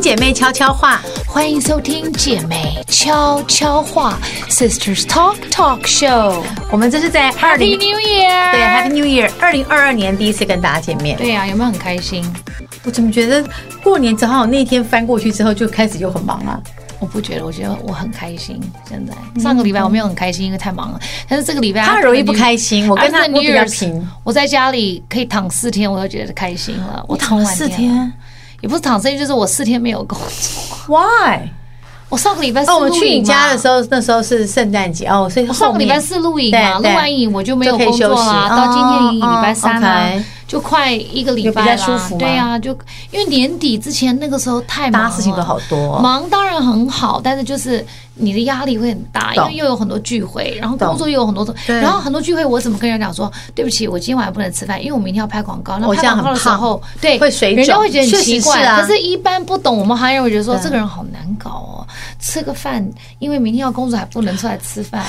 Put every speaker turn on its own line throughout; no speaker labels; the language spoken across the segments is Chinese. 姐妹悄悄话，
欢迎收听姐妹悄悄话 Sisters Talk Talk Show。
我们这是在二
Happy
零
New
对
Year！
Happy New Year 二零二二年第一次跟大家见面。
对啊，有没有很开心？
我怎么觉得过年正好那一天翻过去之后就开始就很忙啊？
我不觉得，我觉得我很开心。现在上个礼拜我没有很开心，因为太忙了。但是这个礼拜
他很容易不开心，我跟他
After
我
啊 New
比较
Year's，
平。
我在家里可以躺四天，我就觉得开心了。我
躺了
完
四
电了，
天
也不是躺四天，就是我四天没有工作。
，Why？
我上个礼拜四
哦，我们去你家的时
候。
候，那时候是圣诞节哦，所以
上
后
个礼拜
面
四录影嘛，
对
录
对
完影我就没有
就可以
工作啦。
休息
到今天
哦
礼拜三啦
哦，OK，
就快一个礼
有
拜
比较舒
啦
服。吗
对啊，就因为年底之前那个时候太忙
大
了，
家事情都好多哦
忙当然很好，但是就是你的压力会很大，因
懂
为又有很多聚会，然后
懂
工作又有很多种，
对
然后很多聚会我怎么跟人家讲说，对不起，我今天晚上不能吃饭，因为我明天要拍广告。那
我
拍
这样
广告的
很
时
胖
候，对，
会水
人家
肿
会觉得很
确
奇
实是
怪。
啊
可是一般不懂我们行业，我觉得说
对
这个人好难搞哦，吃个饭，因为明天要工作还不能出来吃饭，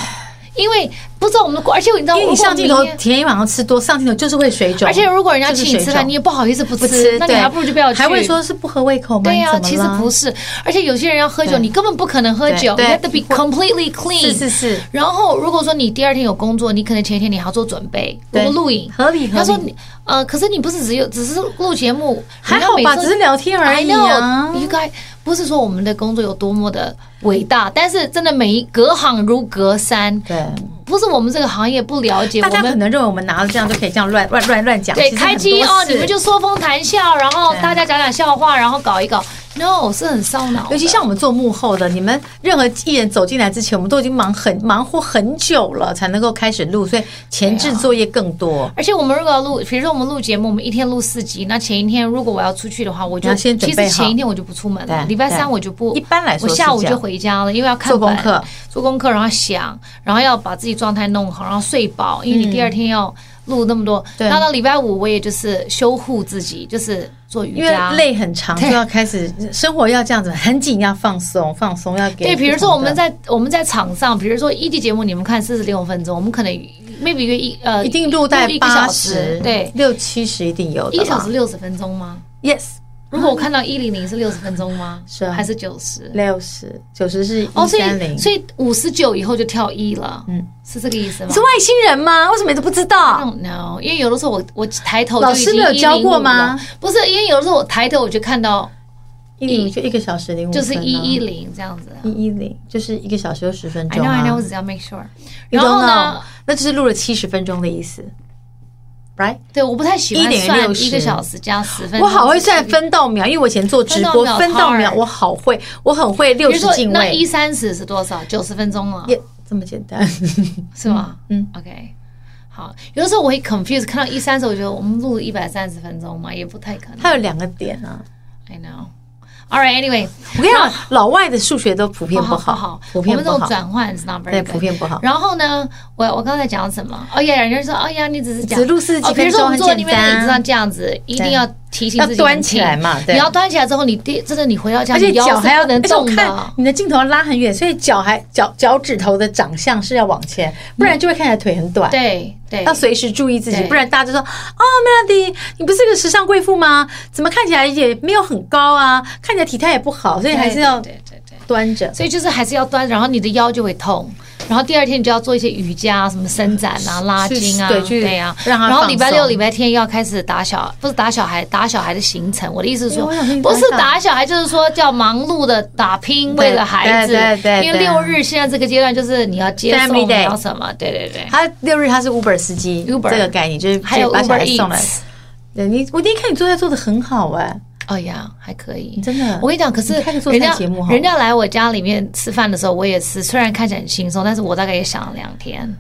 因为不知道我们的，而且你知道，
因为你上镜头
如果明天
前一晚上吃多，上镜头就是会水肿，
而且如果人家
就是
请你吃
水
饭，
肿
你也不好意思不
不
吃
吃，，
那你
对
还不如就不要去。
还会说是不合胃口吗？
对啊
呀、
呀、其实不是，而且有些人要喝酒，
对
你根本不可能喝
对
酒，你
对
have to be completely clean。
是是是，
然后如果说你第二天有工作，你可能前一天你还要做准备，如
对
果录影，
合理合理
他说你呃，可是你不是只有只是录节目，
还好吧，只是聊天而已啊
I。know，you guys 不是说我们的工作有多么的伟大，但是真的每一隔行如隔山，
对，
不是我们这个行业不了解，
大
我
家
们
可能认为我们拿了这样就可以这样乱乱乱乱讲，
对，
其实
开机
很多
哦，
事
你们就说风谈笑，然后
对
大家讲讲笑话，然后搞一搞。No，是很烧脑的，
尤其像我们做幕后的，你们任何艺人走进来之前，我们都已经忙很忙活很久了，才能够开始录，所以前置作业更多。
而且我们如果要录，比如说我们录节目，我们一天录四集，那前一天如果我要出去的话，我
你
就
要先
其
准
实
备好
前一天我就不出门了，
对
礼拜三
对
我就不，
一般来说
我
是
下午
这
就
样
回家了，因为要看
做功
本
课，
做功课，然后想，然后要把自己状态弄好，然后睡饱，因为你第二天要录那么多。
嗯对
那到礼拜五我也就是修护自己，就是做瑜
因为
伽，
累很长，就要开始生活要这样子，很紧，要放松，放松要给。
对，比如说我们在我们在场上，比如说一季节目，你们看四十六分钟，我们可能 maybe 一个一呃
一定录在
一个
八
小
十
时，，对，
六七十一定有的
一
啦。
个小时六十分钟吗？
，yes，
如果我看到一零零是六十分钟吗？
是啊
还是九十？
六十九十是
哦，
一
所
三
以
零。
所以五十九以后就跳一了，嗯
嗯，
是这个意思吗
你是？外星人吗？为什么你都不知
I
道？
don't know，因为有的时候我我抬头
老
就已
师
经
没有教过吗
105了？不是，因为有的时候我抬头我就看到
一零就一个小时零五、啊
就是一一零这样子。
一一零，就是一个小时又十分
I
钟
know,
啊。
I know，我只要 make sure。
You
然
don't
后
know，
呢？
那就是录了七十分钟的意思，right？
对，我不太喜欢
1.60
算一个小时加十分钟。
我好会算分到秒，因为我以前做直播
分到秒
分到秒，
hard
我好会，我很会六
比如
十
说
进
那一
位，
三十是多少？九十分钟了，
耶，这么简单。
是吗？
嗯
，OK。好，有的时候我会 confuse，看到一三十，我觉得我们录一百三十分钟嘛，也不太可能。
它有两个点啊，
I know。All right, anyway，
我跟你讲，老外的数学都普遍不
好
好
好，，
普
我
遍
们
不
这种
好，
转换是 not very
对，
good
普遍不好。
然后呢，我我刚才讲什么？哦呀，人家说，哦呀，你只是讲
只录40
哦
几
比
分
如说
钟
我们坐在那边
很简单
的椅子上这样子，一定
对
要提醒
要
自己
端
很
起
轻
来嘛对
你要端起来之后，你第真的你回到家，
而且
你腰
脚
是
还要
不能
而且我
动
看
的。
你的镜头拉很远，所以脚还脚脚趾头的长相是要往前，不然就会看起来腿很短。
对对，
要随时注意自己，
对
不然大家就说哦，Melody，你不是个时尚贵妇吗？怎么看起来也没有很高啊？看起来体态也不好，所以
对
还是要
对对对对。
端着。
所以就是还是要端，然后你的腰就会痛，然后第二天你就要做一些瑜伽啊、什么伸展啊、拉筋啊，
对去
对啊。
让它
然后
放
礼拜六、
松
礼拜天又要开始打小，不是打小孩，打小孩的行程。我的意思是说
哎我想跟，你
不是
打小
打小孩，就是说叫忙碌的打拼，
对
为了孩子。
对对对
因为
对
六日现在这个阶段就是你要接送，
Family
你
day
要什么？对对对。
他六日他是 Uber 司机
Uber
这个概念，就是
还有
把小
Uber
孩送来。
Eats，
对你，我第一看你做菜做的很好哎、
哎呀，还可以
你。真的。
我跟你讲，可是
你开个做
人家
菜节目好了
人家来我家里面吃饭的时候，我也是，虽然看起来很轻松，但是我大概也想了两天。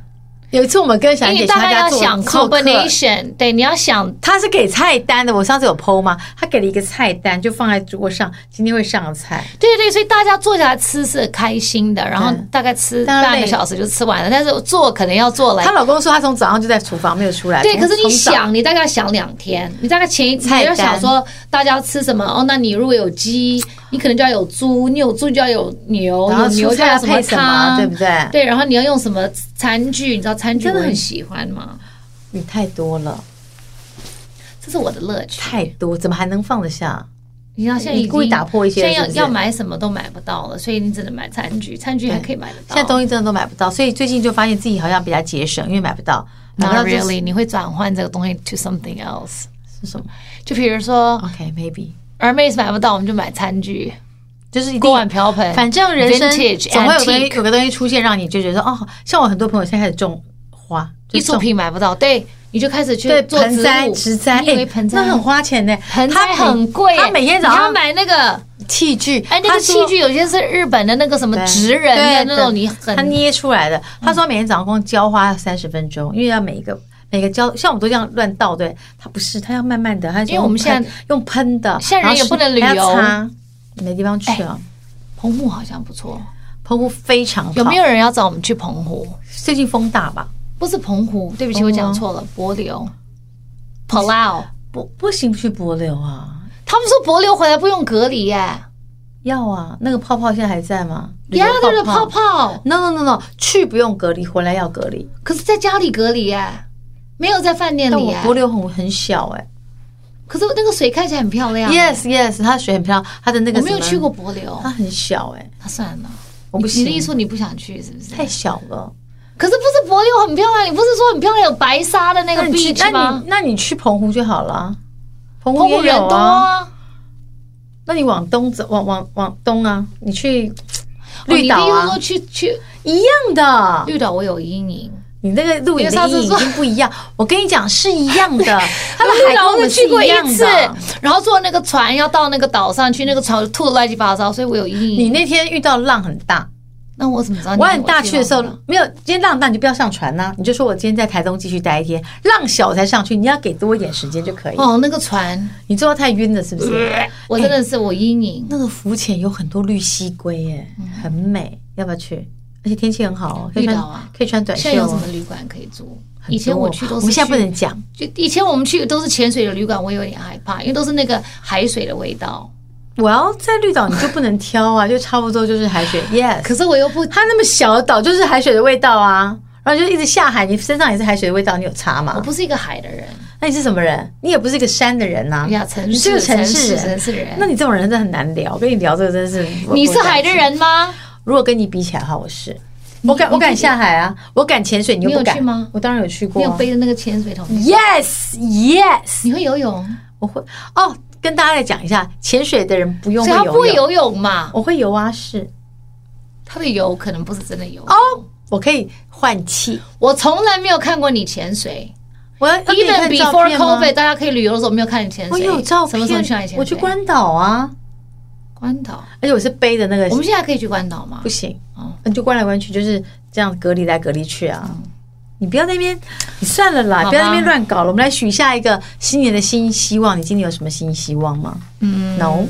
有一次我们跟小
因
燕
为
姐
你
去
大
他
概
家
要
做
想
做客，
combination，对，你要想
他是给菜单的，我上次有 PO 吗？他给了一个菜单，就放在桌上，今天会上菜。
对对，所以大家坐下来吃是开心的，然后
对
大概吃
大家
半个
累
小时就吃完了，但是做可能要做来
她。老公说他从早上就在厨房没有出来。
对，
从
可是你
从早
想，你大概想两天，你大概前一你
菜
要
单
想说大家要吃什么哦，那你如果有鸡，你可能就要有猪，你有猪就要有牛，
然
有
后
牛
蔬
就
菜
要
要
什么
配什么，
汤，
对不对？
对？然后你要用什么餐具？你知道餐具
真
我
的很
很喜欢吗？
你太多了，
这是我的乐趣。
太多，怎么还能放得下？
你要现在
你
已经
故意打破一些
现在
是不是
要要买什么都买不到了，所以你只能买餐具，餐具还可以买得
现
到。
在东西真的都买不到，所以最近就发现自己好像比较节省，因为买不到，拿到
Not
就是
really，你会转换这个东西 to something else。
是什么
就比如说，
？OK，maybe、
儿妹是买不到，我们就买餐具、
就是一定
锅碗瓢盆。
反正人生
vintage
总会有东西
antique
有个东西出现，让你就觉得哦，像我很多朋友现在开始种花，就
艺
种
术品买不到，对，你就开始去
对
做
盆
植
栽、
物，
植栽，
你以为
哎
盆栽
那很花钱呢，
盆
他
栽
每
很贵，
他每天早
你要
上
买那个，
器具，
哎，那
他
个
说
器具有些是日本的那个什么
对
职人
对
的那种，你
他
很嗯
捏出来的。他说他每天早上光浇花三十分钟，因为要每一个。每个浇像我们都这样乱倒，对他不是，他要慢慢的，他是
因为我们
用喷
现在
用喷的，
现在人也
然后
不能旅游
还要擦，没地方去啊。
澎湖好像不错，
澎湖非常好，
有没有人要找我们去澎湖？
最近风大吧？
不是澎湖，对不起，
澎湖
我
啊
讲错了，帛琉，Palau。
不不行，去帛琉啊，
他们说帛琉回来不用隔离耶，
要啊，那个泡泡现在还在吗？
呀，对
旅游
对，泡。泡，
No no no no，去不用隔离，回来要隔离。
可是在家里隔离耶，没有在饭店
但
里啊
我
耶。
帛琉很很小哎、
可是那个水看起来很漂亮。
Yes yes，它水很漂亮，它的那个
啊我没有
什么
去，过帛琉，
它很小哎、
那算了，
我不
你你的意
行
思，说你不想去是不是？
太小了。
可是不是帛琉很漂亮？你不是说很漂亮有白沙的那个
那你去
beach
那你
吗？
那你去澎湖就好了，澎湖
澎湖
也
人
有
多
啊。
啊，
那你往东走，往往往东啊，你去
哦
绿岛
你的意思
啊
说，去去
一样的。
绿岛，我有阴影。
你那个露营
因为上
的
次
意义已
说
经不一样，我跟你讲是一样 的，他们
绿
还跟
岛
我
啊我
们是
去过
一
一
样
次
的。，
然后坐那个船要到那个岛上去，那个船吐得乱七八糟，所以我有阴
你
影。
那天遇到浪很大，
那我怎么知哦道你？
我很大去的时候
我记得
没有，今天浪大你就不要上船啊呐、你就说我今天在台东继续待一天，浪小才上去，你要给多一点时间就可以。
哦，那个船，
你坐到太晕了是不 是？
我真的是我阴影。
那个浮潜有很多绿蜥龟耶，很美，要不要去？而且天气很好哦，可以穿
绿岛啊
可以穿短袖
现在有什
哦。
么旅馆可以住？
很
以前
多
我去都
我
是
们现在
去
不能讲，
就以前我们去都是潜水的旅馆，我有点害怕，因为都是那个海水的味道。
我要在绿岛你就不能挑啊， 就差不多就是海水。Yes，
可是我又不，
它那么小的岛就是海水的味道啊，然后就一直下海，你身上也是海水的味道，你有差
我
吗？
不是一个海的人，
那你是什么人？你也不是一个山的人呐、
呀，城
你是
市
个城
市
市
城
人。
市人。
那你这种人真的很难聊，跟你聊这个真是我
你是海的。人吗？
我如果跟你比起来的话，我是。我敢，
你
我敢下海啊！我敢潜水，你又不
你有
敢
去吗
我当然有去过
你有
啊。
背着那个潜水桶？
Yes, Yes，
你会游泳？
我会哦。跟大家再讲一下，潜水的人不用
所
会
以他
游泳，
不会游泳嘛？
我会游啊，是
他的游可能不是真的游。
哦，我可以换气。
我从来没有看过你潜水
我要要给你
，even
看照
before
片吗
COVID，大家可以旅游的时候没有看你潜水。
我有照
什么时候
片
去哪里潜，水？
我去关岛啊，
关岛，
而且我是背的那个
我，们现在可以去关岛吗
不？行
哦，
你就关来关去，就是这样隔离来隔离去啊。你不要在那边，你算了啦，
好吧
不要在那边乱搞了。我们来许下一个新年的新希望。你今年有什么新希望吗？
嗯
，no，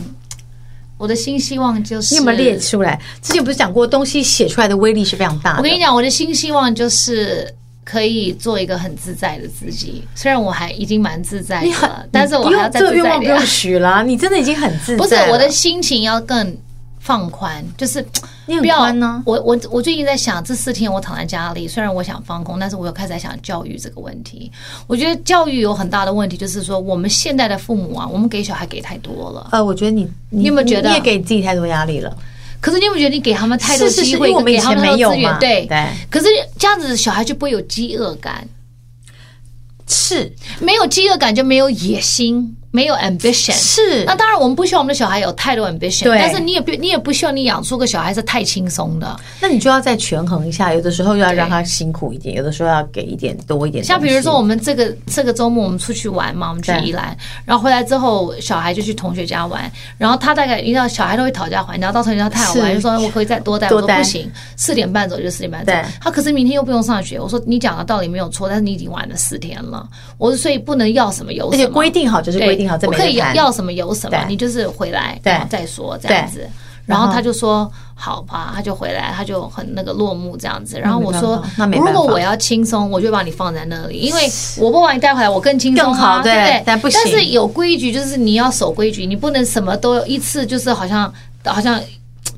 我的新希望就是
你有没有列出来？之前不是讲过，东西写出来的威力是非常大
我跟你
的。
讲，我的新希望就是可以做一个很自在的自己。虽然我还已经蛮自在
你
的
很
了，，哎但是我
不
还要
用
再
这个
自
愿
在
望
一
不
点
用。许 了，你真的已经很自在了。啊
不是我的心情要更放宽，就是
你很
不要
宽啊呢。
我我我最近在想，这四天我躺在家里，虽然我想放空，但是我又开始在想教育这个问题。我觉得教育有很大的问题，就是说我们现在的父母啊，我们给小孩给太多了。
呃，我觉得你，你
你有没有觉得
你也给自己太多压力了？
可是你有没有觉得你给他们太多
是是是
机会，
因为我们以
给他
前
们太
没
多
有
资源
嘛，？
对。
对，
可是这样子，小孩就不会有饥饿感。
是
没有饥饿感就没有野心，没有 ambition。
是
那当然，我们不希望我们的小孩有太多 ambition，
对
但是你也不你也不希望你养出个小孩是太轻松的。
那你就要再权衡一下，有的时候要
对
让他辛苦一点，有的时候要给一点多一点东西。
像比如说，我们这个这个周末我们出去玩嘛，我们去
对
宜兰，然后回来之后，小孩就去同学家玩，然后他大概你知道小孩都会讨价还价，到同学家太好玩，
是
就说我可以再多带，
多
我说
带
不行，四点半走就四点半走
对。
他可是明天又不用上学，我说你讲的道理没有错，但是你已经玩了四天了，我说所以不能要什么有
而
什
且
么。
规定好就是
对，
规定好，这
我
没
可
得
以要
谈。
要什么有什么，
对
你就是回来
对
然后再说这样子。然后他就说好吧，他就回来，他就很那个落幕这样子。然后我说
那，没
如
办法
果我要轻松，我就把你放在那里，因为我不把你带回来，我更轻松、啊、
更好
对
对
对？
但不行
但是有规矩，就是你要守规矩，你不能什么都一次，就是好像好像。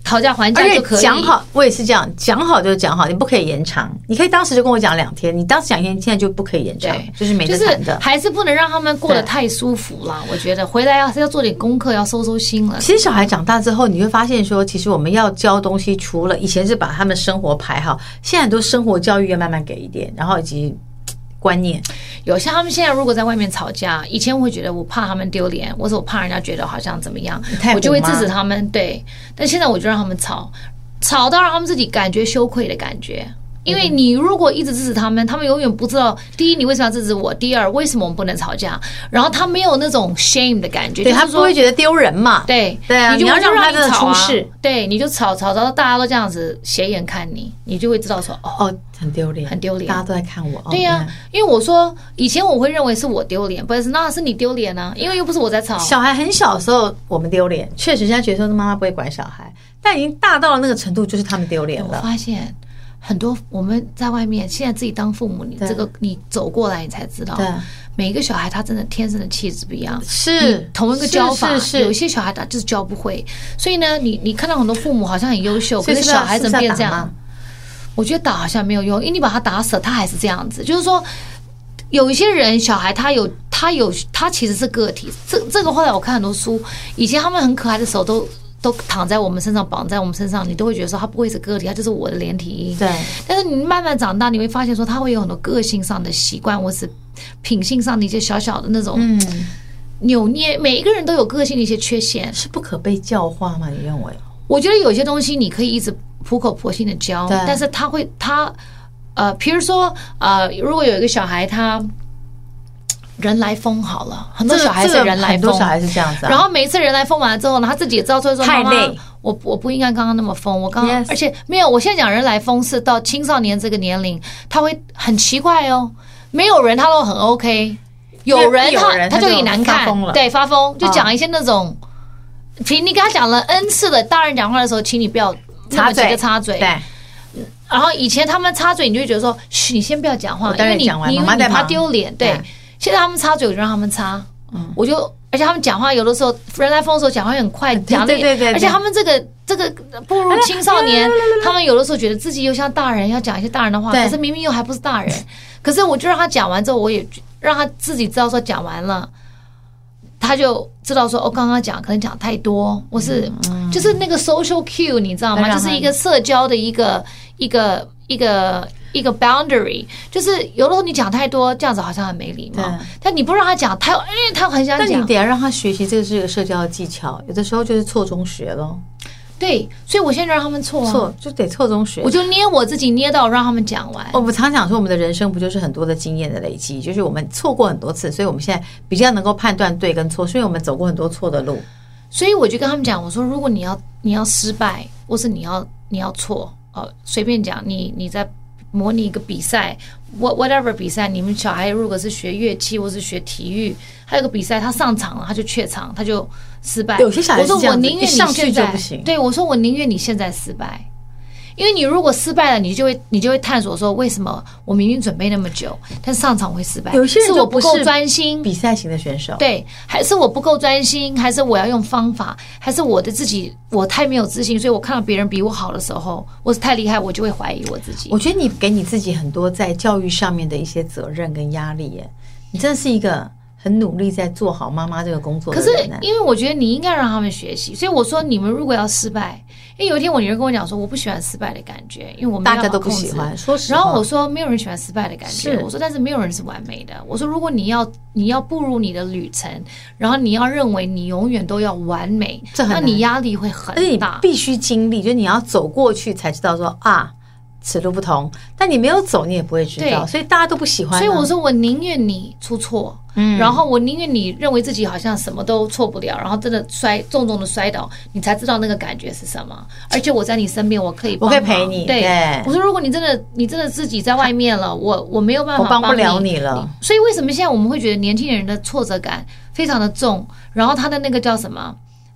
讨价还价
而
就
且
可以。
讲好，我也是这样，讲好就讲好，你不可以延长。你可以当时就跟我讲两天，你当时讲一天，现在就不可以延长
对，
就是没
就
得
是
谈的。
还是不能让他们过得太舒服啦。我觉得回来要要做点功课，要收收心了。
其实小孩长大之后，你会发现说，其实我们要教东西，除了以前是把他们生活排好，现在很多生活教育要慢慢给一点，然后以及嘖观念。
有像他们现在如果在外面吵架，以前我会觉得我怕他们丢脸，或者我怕人家觉得好像怎么样
太，
我就会
虎妈
制止他们。对，但现在我就让他们吵，吵到让他们自己感觉羞愧的感觉。因为你如果一直支持他们，他们永远不知道，第一你为什么要支持我，第二为什么我们不能吵架，然后他没有那种 shame 的感觉，
对
就
他不
是说
会觉得丢人嘛？
对
对啊
你就
你要
我就
让他
让
真的
吵啊
出事，
对，你就吵吵吵到大家都这样子斜眼看你，你就会知道说哦，
哦，很丢脸，
很丢脸
大家都在看我。哦
对
你
呀、
看
因为我说以前我会认为是我丢脸，不是那是你丢脸啊，因为又不是我在吵，
小孩很小的时候，我们丢脸，确实现在觉得说妈妈不会管小孩，但已经大到了那个程度，就是他们丢脸
我
了。
发现。很多我们在外面，现在自己当父母，你
对
这个你走过来，你才知道
对，
每一个小孩他真的天生的气质不一样。
是
同一个教法，
是是
有一
是
些小孩他就是教不会，所以呢，你你看到很多父母好像很优秀，
所
可
以
是
是不是要
小孩怎么变这
是不是要打
样
吗？
我觉得打好像没有用，因为你把他打死了，他还是这样子。就是说，有一些人小孩他有他有他其实是个体，这这个后来我看很多书，以前他们很可爱的时候都。都躺在我们身上，绑在我们身上，你都会觉得说他不会是个体，他就是我的连体婴。
对
但是你慢慢长大，你会发现说他会有很多个性上的习惯，或是品性上的一些小小的那种
嗯，
扭捏，每一个人都有个性的一些缺陷。
是不可被教化吗？你认为？
我觉得有些东西你可以一直苦口婆心的教，
对
但是他会他呃，比如说呃，如果有一个小孩他人来疯好了，很多
这个
小孩是
这个
人来
很
疯，
多小孩是这样子啊。
然后每一次人来疯完了之后呢，他自己也知道，所以说
太
妈妈
累，
我我不应该刚刚那么疯，我刚刚
Yes
而且没有，我现在讲人来疯是到青少年这个年龄，他会很奇怪哦，没有人他都很 OK，有人
有
他
人
他
他就
就给你难
发
看
疯了，啊
对，发疯就讲一些那种，请你跟他讲了 N 次的大人讲话的时候，请你不要那么急着插嘴，
对，
然后以前他们插嘴，你就会觉得说，嘘，你先不要讲话
我，
因
待会
为你
讲完
你因
妈
为
妈
你
在忙
怕丢脸。对
嗯，
现在他们插嘴，我就让他们插，我就而且他们讲话有的时候人来疯的时候讲话也很快，讲得
对对对对
而且他们这个这个步入青少年，他们有的时候觉得自己又像大人，要讲一些大人的话，
对
可是明明又还不是大人，可是我就让他讲完之后，我也让他自己知道说讲完了。他就知道说，哦，刚刚讲可能讲太多，我是、就是那个 social cue，你知道吗？
让
就
他
是一个社交的一个一个一个一个 boundary，就是有的时候你讲太多，这样子好像很没礼貌
对。
但你不让他讲，他哎，他很想
那你
讲。
得要让他学习这个是个社交的技巧，有的时候就是错中学咯，
对，所以我现在让他们错啊，
错就得错中学
我。就捏我自己捏到让他们讲完。
我们常讲说，我们的人生不就是很多的经验的累积，就是我们错过很多次，所以我们现在比较能够判断对跟错，所以我们走过很多错的路。
所以我就跟他们讲，我说如果你要你要失败，或是你要你要错，呃，随便讲，你你在模拟一个比赛，what whatever 比赛，你们小孩如果是学乐器或是学体育，还有个比赛他上场了他就怯场，他就失败。
有些小孩
我说
是这
我
样子
宁愿你
一上去
现在
就不行
对我说我宁愿你现在失败。因为你如果失败了，你就会你就会探索说为什么我明明准备那么久，但上场会失败，
有些人
是
就
我不
不
够
是
专心，
比赛型的选手，
对，还是我不够专心，还是我要用方法，还是我的自己我太没有自信，所以我看到别人比我好的时候，我是太厉害，我就会怀疑我自己。
我觉得你给你自己很多在教育上面的一些责任跟压力耶，你真的是一个很努力在做好妈妈这个工作
可
的
是
人呢。
因为我觉得你应该让他们学习，所以我说你们如果要失败，因为有一天我女儿跟我讲说我不喜欢失败的感觉，因为我们
大
要
家都
把
不
控
喜
制
欢，说实
然
话，
后我说没有人喜欢失败的感觉
是，
我说但是没有人是完美的。我说如果你要你要步入你的旅程，然后你要认为你永远都要完美，
这很
那
难
你压力会很
而且你
大。
必须经历，就是你要走过去才知道说啊，此路不同。但你没有走，你也不会知道，
对
所以大家都不喜欢啊、
所以我说，我宁愿你出错，嗯，然后我宁愿你认为自己好像什么都错不了，然后真的摔重重的摔倒，你才知道那个感觉是什么。而且我在你身边，我可以帮忙，
我可以陪你
对，
对
我说，如果你真的你真的自己在外面了，我我没有办法
我帮不了
你。
你了。
所以为什么现在我们会觉得年轻人的挫折感非常的重，然后他的那个叫什么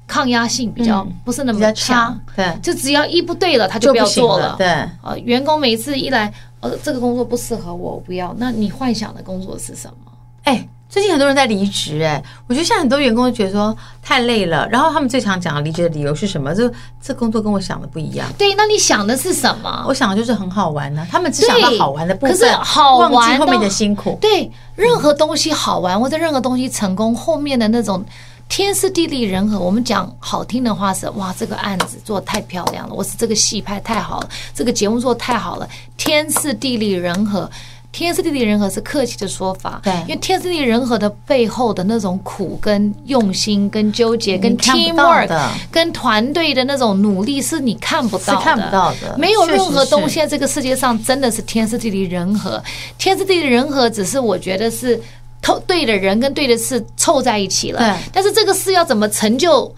抗压性比较不是那
嗯比
么
较
强
差，，对，
就只要一不对了，他就
就
不要
不行
做
了，对。
呃，员工每一次一来，呃，这个工作不适合我，我不要。那你幻想的工作是什么？
哎，最近很多人在离职，哎，我觉得现在很多员工都觉得说太累了，然后他们最常讲的离职的理由是什么？就这工作跟我想的不一样。
对，那你想的是什么？
我想的就是很好玩啊呢、他们只想到好玩的部分，
可是好玩
忘记后面
到
的辛苦。
对，任何东西好玩或者任何东西成功，后面的那种天时地利人和，我们讲好听的话是哇，这个案子做得太漂亮了，我是这个戏拍太好了，这个节目做得太好了，天时地利人和。天时地利人和是客气的说法，
对
因为天时地利人和的背后的那种苦、跟用心、跟纠结、跟
看不到
teamwork
的、
跟团队的那种努力，是你看不到的，
是看不到的
没有
确实
任何东
是
西在这个世界上真的是天时地利人和，天时地利人和只是我觉得是透对的人跟对的事凑在一起
对
了，但是这个事要怎么成就？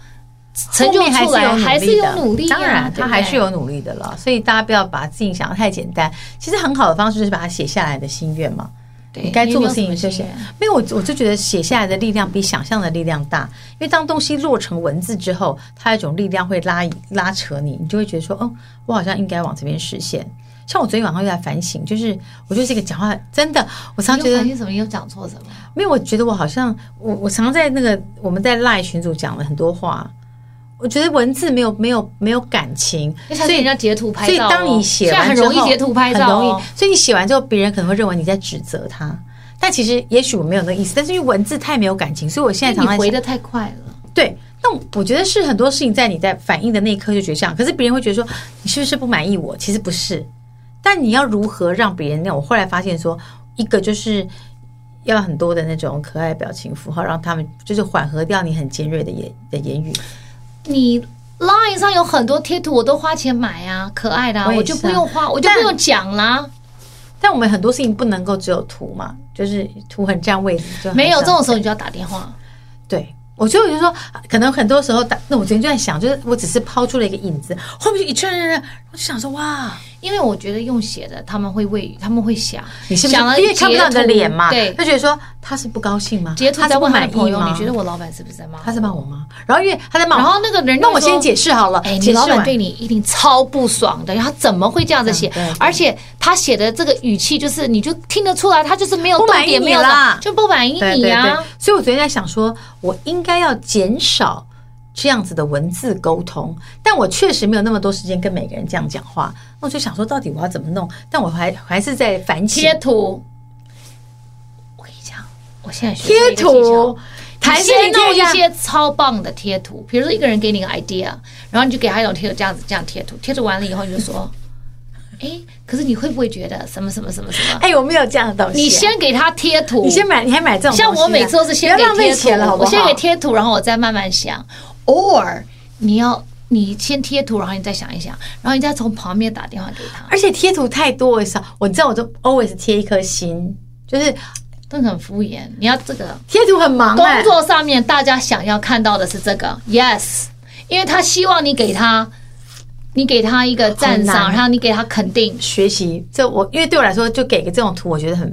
成
后
就
面
出来还是
是有
有努力呀、啊
当然
对
他
不
还
对
是有努力的了。所以大家不要把自己想的太简单。其实很好的方式就是把它写下来的心愿嘛。
对
你该做的事情就
你有没有什么
写
心愿。
没有我，我就觉得写下来的力量比想象的力量大，因为当东西落成文字之后，它有一种力量会拉拉扯你，你就会觉得说，哦，我好像应该往这边实现。像我昨天晚上又在反省，就是我就是一个讲话真的，我常
你
常
又
觉得
反省什么？你又讲错什么？
没有，我觉得我好像我我常在那个我们在赖群组讲了很多话，我觉得文字没有没有没有感情，
因为他
所
是人
以
家截图拍
所以
照哦、
当你写
现在
完
很
之后，
容易截图拍照、哦，
很容易，所以你写完之后，别人可能会认为你在指责他。但其实也许我没有那个意思，但是因为文字太没有感情，所以我现在
因
常
为
常
哎你回的太快了。
对，那我觉得是很多事情在你在反应的那一刻就觉得这样，可是别人会觉得说你是不是不满意我？其实不是，但你要如何让别人那种？我后来发现说，一个就是要很多的那种可爱表情符号，让他们就是缓和掉你很尖锐的言的言语。
你 Line 上有很多贴图，我都花钱买啊，可爱的、啊，
我
我
也是
就
啊
不用花，我就
但
不用讲啦。
但我们很多事情不能够只有图嘛，就是图很占位置，就很
没有
伤
这种时候，你就要打电话。
对。我觉得我就说，可能很多时候打，那我昨天就在想，就是我只是抛出了一个影子，后面就一圈人，我就想说，哇，
因为我觉得用写的他们会为他们会想，
你是不是
想了
因为看不到你的
截图
脸嘛？
对，
就觉得说 他是不高兴吗？
截图
他是
在
不
问他的
满
朋
意
友，
吗？
你觉得我老板是不是在骂我？
他在骂我吗？然后因为他在骂我，
然后那个人就
那我
说
先解释好了，
哎，你
解释
老板
完
对你一定超不爽的，他怎么会这样子写
嗯对对？
而且他写的这个语气，就是你就听得出来，他就是没有
不
重
满意
点，
你
没有的
啦
就不满意
对
你啊
对
呀
对。，所以我昨天在想说，我应该要减少这样子的文字沟通，但我确实没有那么多时间跟每个人这样讲话。那我就想说，到底我要怎么弄？但我还还是在反省
贴图，我跟你讲，我现在学会
贴
一个技巧
图，还
还
是
是
你
弄
贴
一
下
些超棒的贴图，比如说一个人给你个 idea，然后你就给他一种贴图，这样子这样贴图，贴图完了以后你就说， 哎，可是你会不会觉得什么什么什么什么？
哎，我没有这样的东西啊。
你先给他贴图，
你先买，你还买这种东西啊？
像我每次都是先
不
给
要浪费
贴图
钱了，好，不
我
好？
先给贴图，然后我再慢慢想。偶尔你要你先贴图，然后你再想一想，然后你再从旁边打电话给他，
而且贴图太多了，我知道我就 always 贴一颗心，就是
真的很敷衍。你要这个
贴图很忙哎、
工作上面大家想要看到的是这个，yes，因为他希望你给他，你给他一个赞
好
赏，
难
然后你给他肯定。
学习这我因为对我来说，就给个这种图，我觉得很，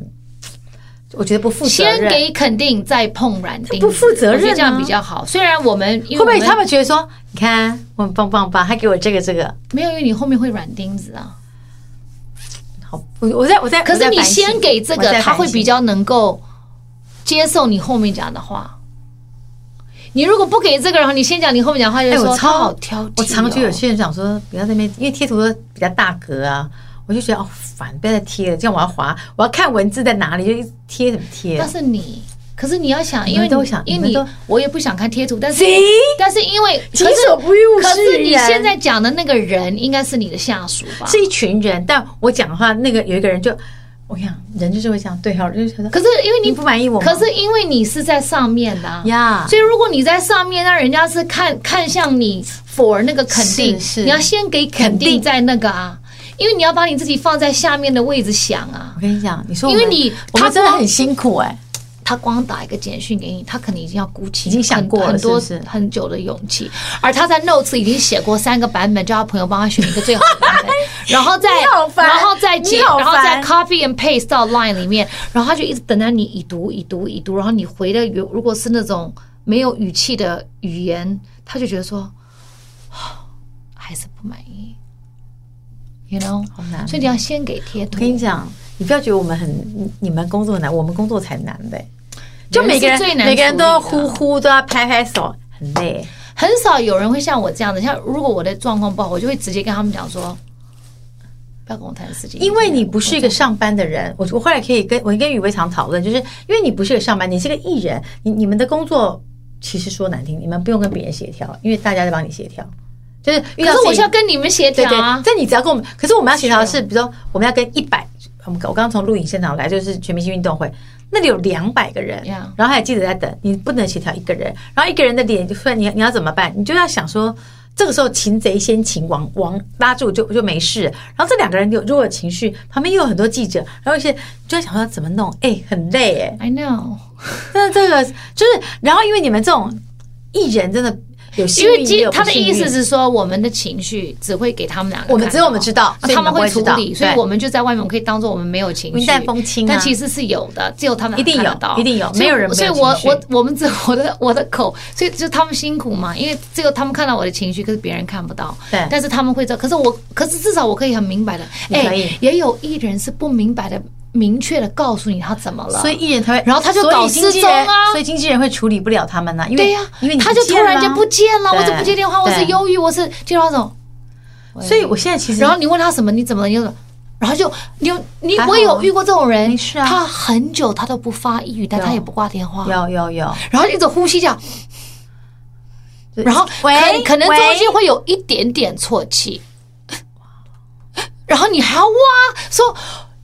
我觉得不负责
先
任。
给肯定，再碰软钉子，
这不负责任啊
我觉得这样比较好。虽然我们因
会不
为
会
我们
他们觉得说，你看我很棒棒吧？他给我这个这个，
没有，因为你后面会软钉子啊。
好，我我在我在，
可
我在
是你
反省
先给这
我在
个，
反
他
省
会比较能够接受你后面讲的话。你如果不给这个，然后你先讲，你后面讲的话就
哎、
是
我
说
超
他好挑剔哦。
我常觉得有些人想说，不要在那边，因为贴图都比较大格啊，我就觉得哦烦，不要再贴了，这样我要划，我要看文字在哪里，就一直贴什么贴啊
但。是你，可是你要想，
你
因
们
为
都
你
想
因为
你
你
们都，
我也不想看贴图，但是
行
但是因为
己
可是
所不欲勿
可
施
是
于
你
人
现在讲的那个人应该是你的下属吧？
是一群人，但我讲的话，那个有一个人就，我跟你讲，人就是会这样对号，就是觉得
可是因为
你
你
不满意我吗
可是因为你是在上面的啊、
呀，
所以如果你在上面，那人家是看看向你 for 那个肯定，
是是
你要先给肯
肯
定
定
在那个啊，因为你要把你自己放在下面的位置想啊
我。跟你讲，你说我
因为
们
你
我们
他
真的
光
很辛苦哎、
他光打一个简讯给你，他肯定已经要鼓起
已经想过了
很很多
是不是
很久的勇气，而他在 notes 已经写过三个版本，叫他朋友帮他选一个最好的版 本，然后再
哎你好烦
然后再接，
你好
然后再
烦
copy and paste 到 line 里面，然后他就一直等待你已读已读已读，然后你回的有如果是那种没有语气的语言，他就觉得说 啊还是不满意，you know，
好难
所以你要先给贴
我
图
跟。你讲，你不要觉得我们很，你你们工作很难，我们工作才难呗、就每个人
是最难
每个人
处
都要
理的
呼呼，都要拍拍手，很累。
很少有人会像我这样的，像如果我的状况不好，我就会直接跟他们讲说，不要跟我谈事情，
因为你不是一个上班的人，我我后来可以跟我跟宇威常讨论，就是因为你不是一个上班，你是个艺人，你你们的工作其实说难听，你们不用跟别人协调，因为大家在帮你协调，就是遇
可
到
是我
自己
是要跟你们协
对
调
对
啊，。
但你只要跟我们，可是我们要协调的
是
是，比如说我们要跟一百，我们我刚从录影现场来，就是全明星运动会，那里有两百个人
Yeah
然后还有记者在等，你不能协调一个人，然后一个人的脸，就算你你要怎么办？你就要想说。这个时候，擒贼先擒王，王拉住就就没事。然后这两个人有如果有情绪，旁边又有很多记者，然后一些你就在想说怎么弄，哎、很累哎、
I know，
但是这个就是，然后因为你们这种艺人真的有幸
因
运，
为
也
其
有不
他的
幸
意
运
思是说，我们的情绪只会给他们两个看到，啊
我们只有我们知道所以
他
你们
们
不会
会处
知道
理，所以
对
我们就在外面，我们可以当做我们没有情绪，
云淡风轻啊
但其实是有的，只有他们
一定有
看得到
一定有
所以
没有人
我
没
所以
有
我
情绪
我我们只我的我的口，所以就他们辛苦嘛，因为只有他们看到我的情绪，可是别人看不到，
对
但是他们会知道，可是我可是至少我可以很明白的，哎
你可以
也有艺人是不明白的，明确的告诉你他怎么了，
所以艺人才会，
然后他就
所以
搞
经纪
失踪
人
啊
所以经纪人会处理不了他们呐、因为
对呀、啊
因为你
他就
不
突
见
然
啦
间不见了，
对
我是不接电话，我是
对
忧郁，我是接到那种。
所以我现在其实，
然后你问他什么，你怎么了？你怎么了然后就你有你
还好啊
我有遇过这种人
没，事啊
他很久他都不发一语，但
有
他也不挂电话，
有有有，
然后一直呼吸这样，
就
然后
喂，
可可能
喂
中间会有一点点啜泣，然后你还要哇说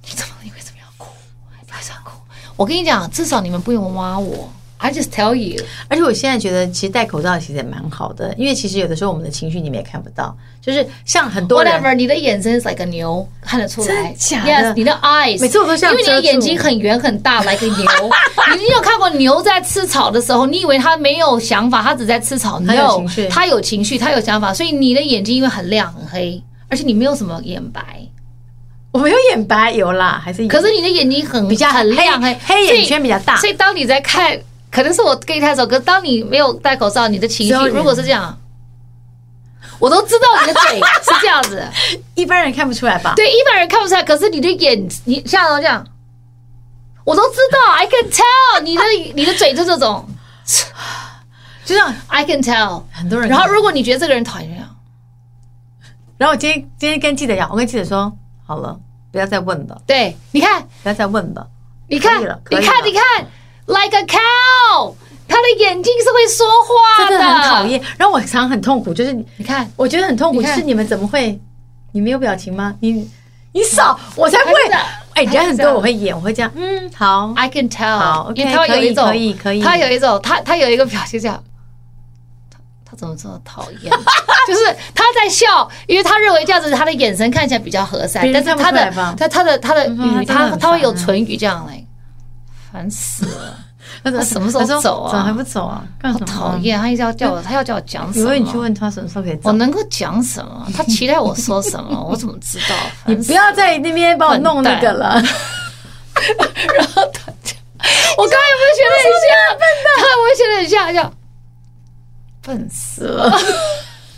你怎么了？你为什么要哭？你为什么要哭？我跟你讲，至少你们不用挖我，I just tell you。
而且我现在觉得，其实戴口罩其实也蛮好的，因为其实有的时候我们的情绪你们也看不到，就是像很多人
whatever，你的眼神 is like a 牛，看得出来。
真假的
Yes，你的 eyes，
每次我都这样
因为你
遮
的
住
眼睛很圆很大，like a 牛。你你有看过牛在吃草的时候，你以为它没有想法，它只在吃草
它有
？No，
情绪
它有情绪，它有想法，所以你的眼睛因为很亮很黑，而且你没有什么眼白，
我没有眼白有啦，还是有
可是你的眼睛很
嗯比较
很亮
黑
黑，
黑
所以
眼圈比较大
所以当你在看，可能是我给他的时候，可是当你没有戴口罩，你的情
只有
绪
人
如果是这样。我都知道你的嘴是这样子，
一般人看不出来吧？
对，一般人看不出来，可是你的眼，你像我这样，我都知道，I can tell，你的你的嘴就这种
就像
，I can tell。
很多人看不出
然
来，
后如果你觉得这个人讨厌，
然后我今天今天跟记者讲，我跟记者说，好了，不要再问了，
对，你看，
不要再问了。
你看，
可以了可以
你看，
了
你看，like a cow，他的眼睛是会说话
真的很讨。厌，然后我常很痛苦，就是你
你看，
我觉得很痛苦，
你看
是你们怎么会？你没有表情吗？你你少，我才不会
还是这样。
哎，人家很
还是这样啊
多我会演，我会这样，嗯，好，
I can tell，
好
因为
OK，
他会有一种，
可以可以可以
他有一种，他他有一个表情这样，他他怎么这么讨厌？ 就是他在笑，因为他认为这样子他的眼神看起来比较和善
别，
但
人
是
看不出
他
来
的
吧
他他的他的
嗯他
语，
真的
他
很
他会有
烦啊
唇语这样嘞，烦死了，
他说
他什么时候
他说
走啊
怎么还不走啊？干什
好
么？
讨。厌，他一直要 叫我，他要叫我讲什
以
么啊
为？你去问他什么时候可以走
我，能够讲什么？他期待我说什么？我怎么知道？
你
烦死
不要在那边帮我弄那个了。
然后他就，我刚才有没有学得很像？他有没有学得很像？叫笨死了。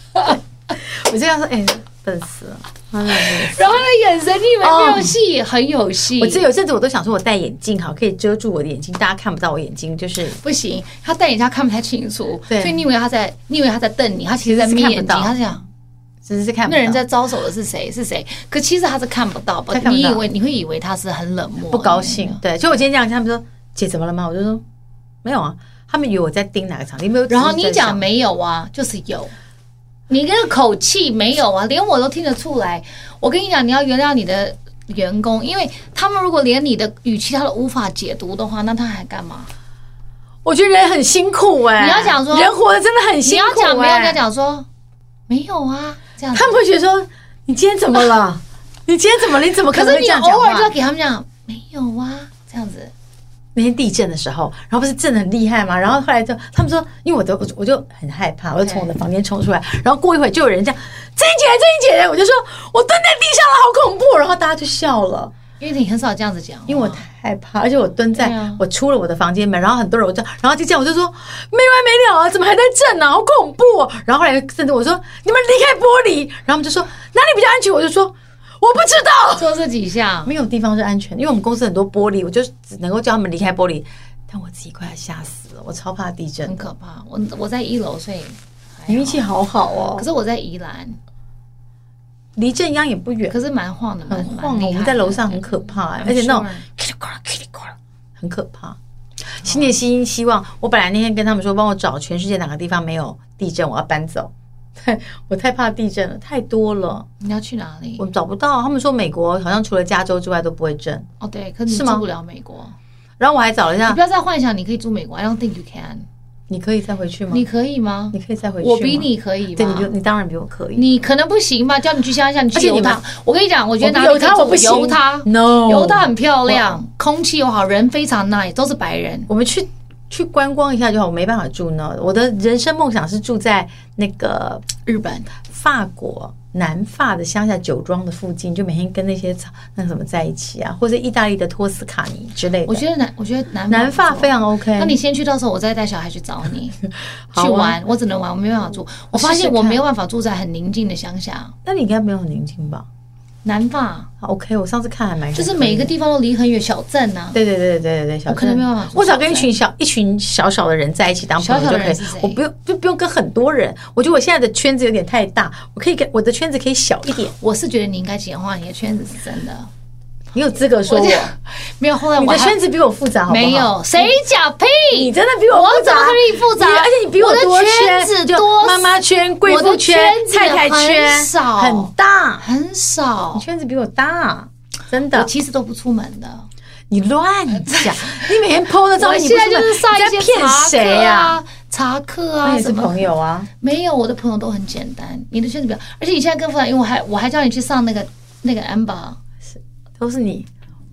我就跟他说，哎，笨死 了。妈的
然后他的眼神，你以为没有戏，很有戏。
哦我记得有阵子我都想说，我戴眼镜好，可以遮住我的眼睛，大家看不到我眼睛，就是
不行，他戴眼镜他看不太清楚，所
对
以你以为他在，你以为他在瞪你，他其实在眯
其实是
眼
看不
睛，
到
他是想
只是看不
那
到。
人在招手的是谁是谁，可其实他是看不到，
他看不
你
到
以为你会以为他是很冷漠，
不高
哦
兴。对，就我今天这样，他们说姐怎么了吗？我就说没有啊，他们以为我在盯哪个场地，没有。
然后
只
你
是在
讲
想，
没有啊，就是有。你那个口气没有啊，连我都听得出来。我跟你讲，你要原谅你的员工，因为他们如果连你的语气他都无法解读的话，那他还干嘛？
我觉得人很辛苦哎、
你要讲说
人活得真的很
你
辛
要
苦、哎
讲没有，你要，讲说没有啊，这样子
他。们会觉得说你今天怎么了？你今天怎么了？你怎么
可
能会
是
这
你
样讲
偶尔就要
话？
给他们讲没有啊，这样子。
那天地震的时候，然后不是震得很厉害嘛，然后后来就他们说，因为我的我就我就很害怕，我就从我的房间冲出来，然后过一会儿就有人这样，郑怡姐，郑怡姐，我就说我蹲在地上了，好恐怖，然后大家就笑了。
因为你很少这样子讲，
因为我太害怕，而且我蹲在、
嗯对啊
我出了我的房间门，然后很多人我就，然后就这样我就说没完没了啊，怎么还在震啊，好恐怖、哦！然后后来甚至我说你们离开玻璃，然后他们就说哪里比较安全，我就说我不知道，
做这几项，
没有地方是安全，因为我们公司很多玻璃，我就只能够叫他们离开玻璃。但我自己快要吓死了，我超怕地震
很
的。
可怕。我我在一楼，所以还好
你运气好好哦
可，是我在宜兰，
离正央也不远，
可是蛮晃的，蛮
很晃
蛮厉
哦。
害的
我们在楼上很可怕、
嗯
而且那种
sure
叽里呱啦叽里呱啦，很可怕。新年新希望，我本来那天跟他们说，帮我找全世界哪个地方没有地震，我要搬走。 我太怕地震了，太多了，
你要去哪里
我？找不到。他们说美国好像除了加州之外都不会震，
哦，对，可是你
是吗啊
住不了美国。
然后我还找了一
你
下
不，要再幻想你可以住美国，I don't think you can。
你可以再回去吗？
你可以吗
你？可以再回去吗
我比你可以吗？
对，你就你当然比我可以。
你可能不行吧？叫你去乡下，你
而
去
且你们
犹他。我跟你讲，我觉得哪
我
里
犹
可以
他
住
我不行
犹他，
No，
犹他很漂亮，空气又好，人非常 nice，都是白人。
我们去去观光一下就好，我没办法住那。我的人生梦想是住在那个
日本
法国南法的乡下酒庄的附近，就每天跟那些草那什么在一起啊，或者意大利的托斯卡尼之类的。
我觉得南，我觉得南
南法
不错
非常 OK
那你先去，到时候我再带小孩去找你，
好啊哦
去玩。我只能玩，我没办法住。我发现我没有办法住在很宁静的乡下。
那你应该没有很宁静吧
南法
好？OK，我上次看还蛮
就是每一个地方都离很远，小镇啊。
对对对对对对，小
我可能
镇
没有办法住
我只要跟一
小镇
群小一群小小的人在一起当朋友就
小小的
可以，
人是谁
我不用就不用跟很多人。我觉得我现在的圈子有点太大，我可以跟我的圈子可以小一点。
我是觉得你应该简化你的圈子，是真的。
你有资格说我？
就 没有，后来
你
我
的
还
圈子比我复杂，好不好？
没有，谁讲屁？
你真的比我复
怎
杂，
么可以复杂？
你而且你比
我的
多
圈
圈
子
就
多，
妈妈圈、贵
我
妇
的圈子
菜菜圈
很少
很大，
很少
你。圈子比我大，真
我
的，
其实都不出门的，
你乱 讲，你每天 PO 的照
我
片，你不
现在就是上
你
一
在
些
骗谁呀？
啊、查课
那
啊
也是
什么
朋。友啊，
没有，我的朋友都很简单。你的圈子比较，而且你现在更复杂，因为我还我还叫你去上那个那个 amber，
都是你。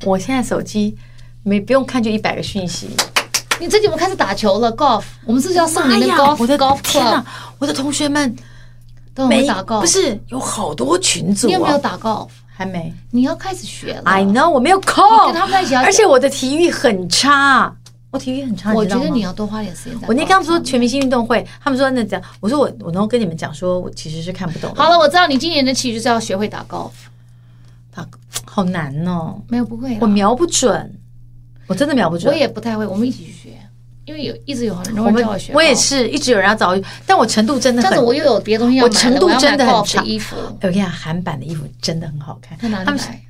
我现在手机没不用看就一百个讯息，
你最近我们开始打球了 golf，我们是不是要送你那
哎
个
呀
golf
我的
golf
天
club？
哪！我的同学们
都没
没
打 golf，
不是有好多群组
你有没有
啊，
打 golf？
还没。
你要开始学了。
I know，我没有空。
你跟他们在一起要
而且我的体育很差，我体育很差，
我
知道
觉
吗
得你要多花点时间在 golf 上。
我那天跟他们说全明星运动会，他们说那讲，我说我我能够跟你们讲，说我其实是看不懂的。
好了，我知道你今年的期就是要学会打 golf，
啊，好难哦，
没有不会啦，
我瞄不准，我真的瞄不准。
我也不太会，我们一起去学，因为有一直有很
我
多人
们
叫我学 golf，
我也是一直有人要找我，但我程度真的
这样
很
子我又有别的东西要买了，
我程度
要买
真的很
golf
差
的衣服
哎我跟你讲，韩版的衣服真的很好看。
在哪里
他们
买？